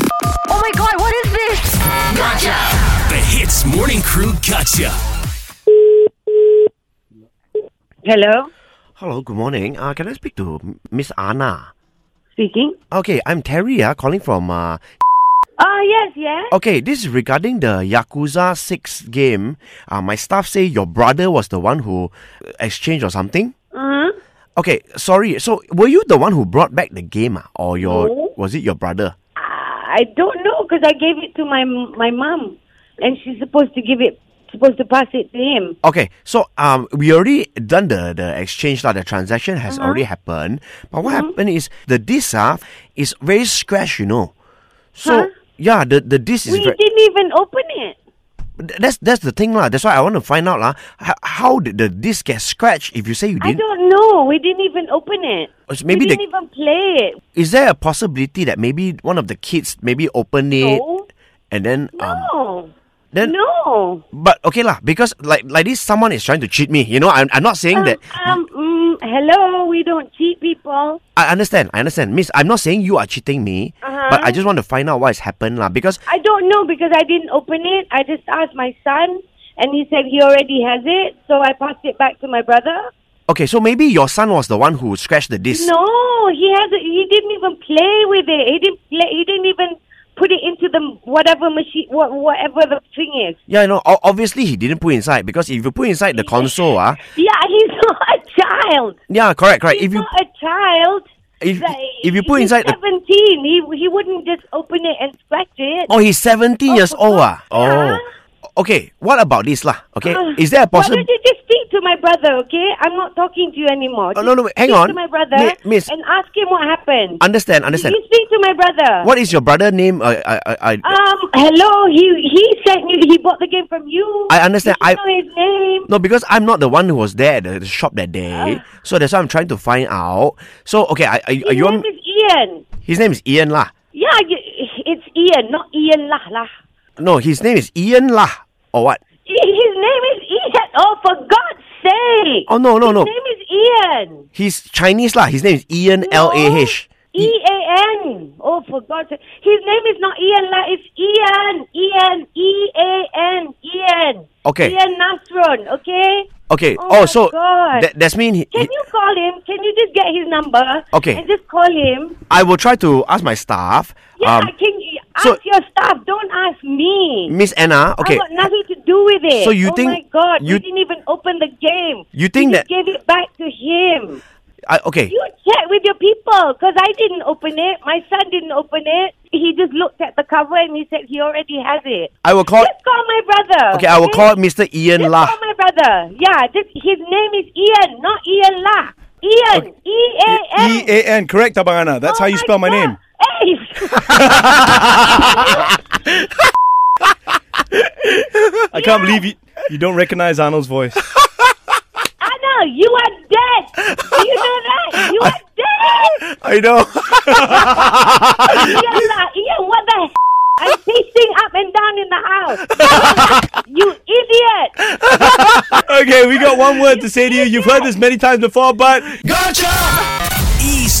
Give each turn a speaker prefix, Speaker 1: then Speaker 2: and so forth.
Speaker 1: Oh my god, what is this?
Speaker 2: The Hits Morning Crew Gotcha.
Speaker 3: Hello,
Speaker 4: Hello, good morning. Uh, can I speak to M- Miss Anna?
Speaker 3: speaking.
Speaker 4: Okay, I'm Terry, uh, calling from. Uh,
Speaker 3: Oh yes, yeah.
Speaker 4: okay, this is regarding the Yakuza 6 game. Uh, my staff say your brother was the one who uh, exchanged or something.
Speaker 3: Mm-hmm.
Speaker 4: Okay, sorry. So, were you the one who brought back the game, ah, or your
Speaker 3: No.
Speaker 4: was it your brother?
Speaker 3: I don't know because I gave it to my my mom, and she's supposed to give it, supposed to pass it to him.
Speaker 4: Okay, so um, we already done the, the exchange, lah. the transaction has
Speaker 3: Uh-huh.
Speaker 4: already happened. But what happened is the disc ah, is very scratched, you know. So,
Speaker 3: Huh?
Speaker 4: yeah, the, the disc is
Speaker 3: We
Speaker 4: very.
Speaker 3: didn't even open it.
Speaker 4: Th- That's that's the thing lah. That's why I want to find out lah. How, how did the disc get scratched? If you say you
Speaker 3: I
Speaker 4: didn't,
Speaker 3: don't know. We didn't even open it.
Speaker 4: It's maybe
Speaker 3: we
Speaker 4: the-
Speaker 3: didn't even play it.
Speaker 4: is there a possibility that maybe one of the kids maybe opened it
Speaker 3: No,
Speaker 4: and then um
Speaker 3: no,
Speaker 4: then
Speaker 3: no.
Speaker 4: but okay lah because like like this someone is trying to cheat me. You know I'm I'm not saying
Speaker 3: Um,
Speaker 4: that.
Speaker 3: um, mm, hello. We don't cheat people.
Speaker 4: I understand. I understand, Miss. I'm not saying you are cheating me,
Speaker 3: Uh-huh.
Speaker 4: but I just want to find out what has happened lah because
Speaker 3: I don't know because I didn't open it. I just asked my son, and he said he already has it. So I passed it back to my brother.
Speaker 4: okay so maybe your son was the one who scratched the disc.
Speaker 3: No, he has. He didn't even play with it. He didn't play. He didn't even put it into the whatever machine, what, whatever the thing is.
Speaker 4: Yeah, you know o- obviously he didn't put inside because if you put inside the console ah
Speaker 3: Yeah, he's not a child.
Speaker 4: yeah correct correct
Speaker 3: He's
Speaker 4: if you
Speaker 3: not a child.
Speaker 4: if,
Speaker 3: Like,
Speaker 4: if you put
Speaker 3: he's
Speaker 4: inside the
Speaker 3: seventeen, he he wouldn't just open it and scratch it.
Speaker 4: Oh, he's 70 years old. Ah.
Speaker 3: yeah.
Speaker 4: Oh. Okay, what about this lah? Okay,
Speaker 3: Uh,
Speaker 4: is there a
Speaker 3: Why
Speaker 4: possible...
Speaker 3: don't you just speak to my brother? Okay, I'm not talking to you anymore.
Speaker 4: Oh, no, no,
Speaker 3: Just
Speaker 4: hang
Speaker 3: speak
Speaker 4: on.
Speaker 3: to my brother,
Speaker 4: Mi- miss.
Speaker 3: and ask him what happened.
Speaker 4: Understand, understand.
Speaker 3: You speak to my brother.
Speaker 4: What is your brother name? Uh, I, I, I,
Speaker 3: Um, hello. He he sent you. He bought the game from you.
Speaker 4: I understand.
Speaker 3: You should
Speaker 4: I-
Speaker 3: know his name.
Speaker 4: no, because I'm not the one who was there at the, the shop that day. so that's why I'm trying to find out. So, okay, I, I,
Speaker 3: Ah. His
Speaker 4: you
Speaker 3: name
Speaker 4: want,
Speaker 3: is Ian.
Speaker 4: his name is Ian lah.
Speaker 3: Yeah, you- it's Ian, not Ian Lah Lah.
Speaker 4: No, his name is Ian lah. Or what?
Speaker 3: I- His name is Ian. Oh, for God's sake!
Speaker 4: Oh, no, no,
Speaker 3: His
Speaker 4: no.
Speaker 3: name is Ian.
Speaker 4: He's Chinese lah. His name is Ian L-A-H.
Speaker 3: E A N. Oh, for God's sake! His name is not Ian Lah. It's Ian. Ian. E A N. Ian.
Speaker 4: Okay.
Speaker 3: Ian Nasron. Okay.
Speaker 4: Okay,
Speaker 3: Oh
Speaker 4: oh,
Speaker 3: my
Speaker 4: so
Speaker 3: God.
Speaker 4: that, that's mean he,
Speaker 3: Can
Speaker 4: he-
Speaker 3: you call him? Can you just get his number?
Speaker 4: Okay.
Speaker 3: And just call him.
Speaker 4: I will try to ask my staff.
Speaker 3: Yeah,
Speaker 4: um,
Speaker 3: can you ask
Speaker 4: so-
Speaker 3: your staff? Don't ask me.
Speaker 4: Miss
Speaker 3: i
Speaker 4: Anna,
Speaker 3: I
Speaker 4: okay.
Speaker 3: got nothing to do with it.
Speaker 4: So you
Speaker 3: oh
Speaker 4: think-
Speaker 3: my God,
Speaker 4: you-
Speaker 3: we didn't even open the game.
Speaker 4: You think
Speaker 3: we just
Speaker 4: that-
Speaker 3: gave it back to him?
Speaker 4: I, okay.
Speaker 3: You check with your people because I didn't open it. My son didn't open it. He just looked at the cover and he said he already has it.
Speaker 4: I will call.
Speaker 3: Just call my brother.
Speaker 4: Okay, I will call Mr. Ian
Speaker 3: Just
Speaker 4: lah.
Speaker 3: call my brother. Yeah, just his name is Ian, not Ian La. Ian, E A N.
Speaker 5: E A N, correct, Abangana. That's
Speaker 3: Oh
Speaker 5: how you spell my name.
Speaker 3: name.
Speaker 5: I can't believe you, you don't recognize Arnold's voice.
Speaker 3: Anna, you are dead. Do you know that? You are dead.
Speaker 4: I know.
Speaker 3: Ian, lah, Ian, what the? H- I'm pacing up and down in the house. you idiot.
Speaker 5: okay, we got one word to say to you. You've heard this many times before, but
Speaker 2: Ease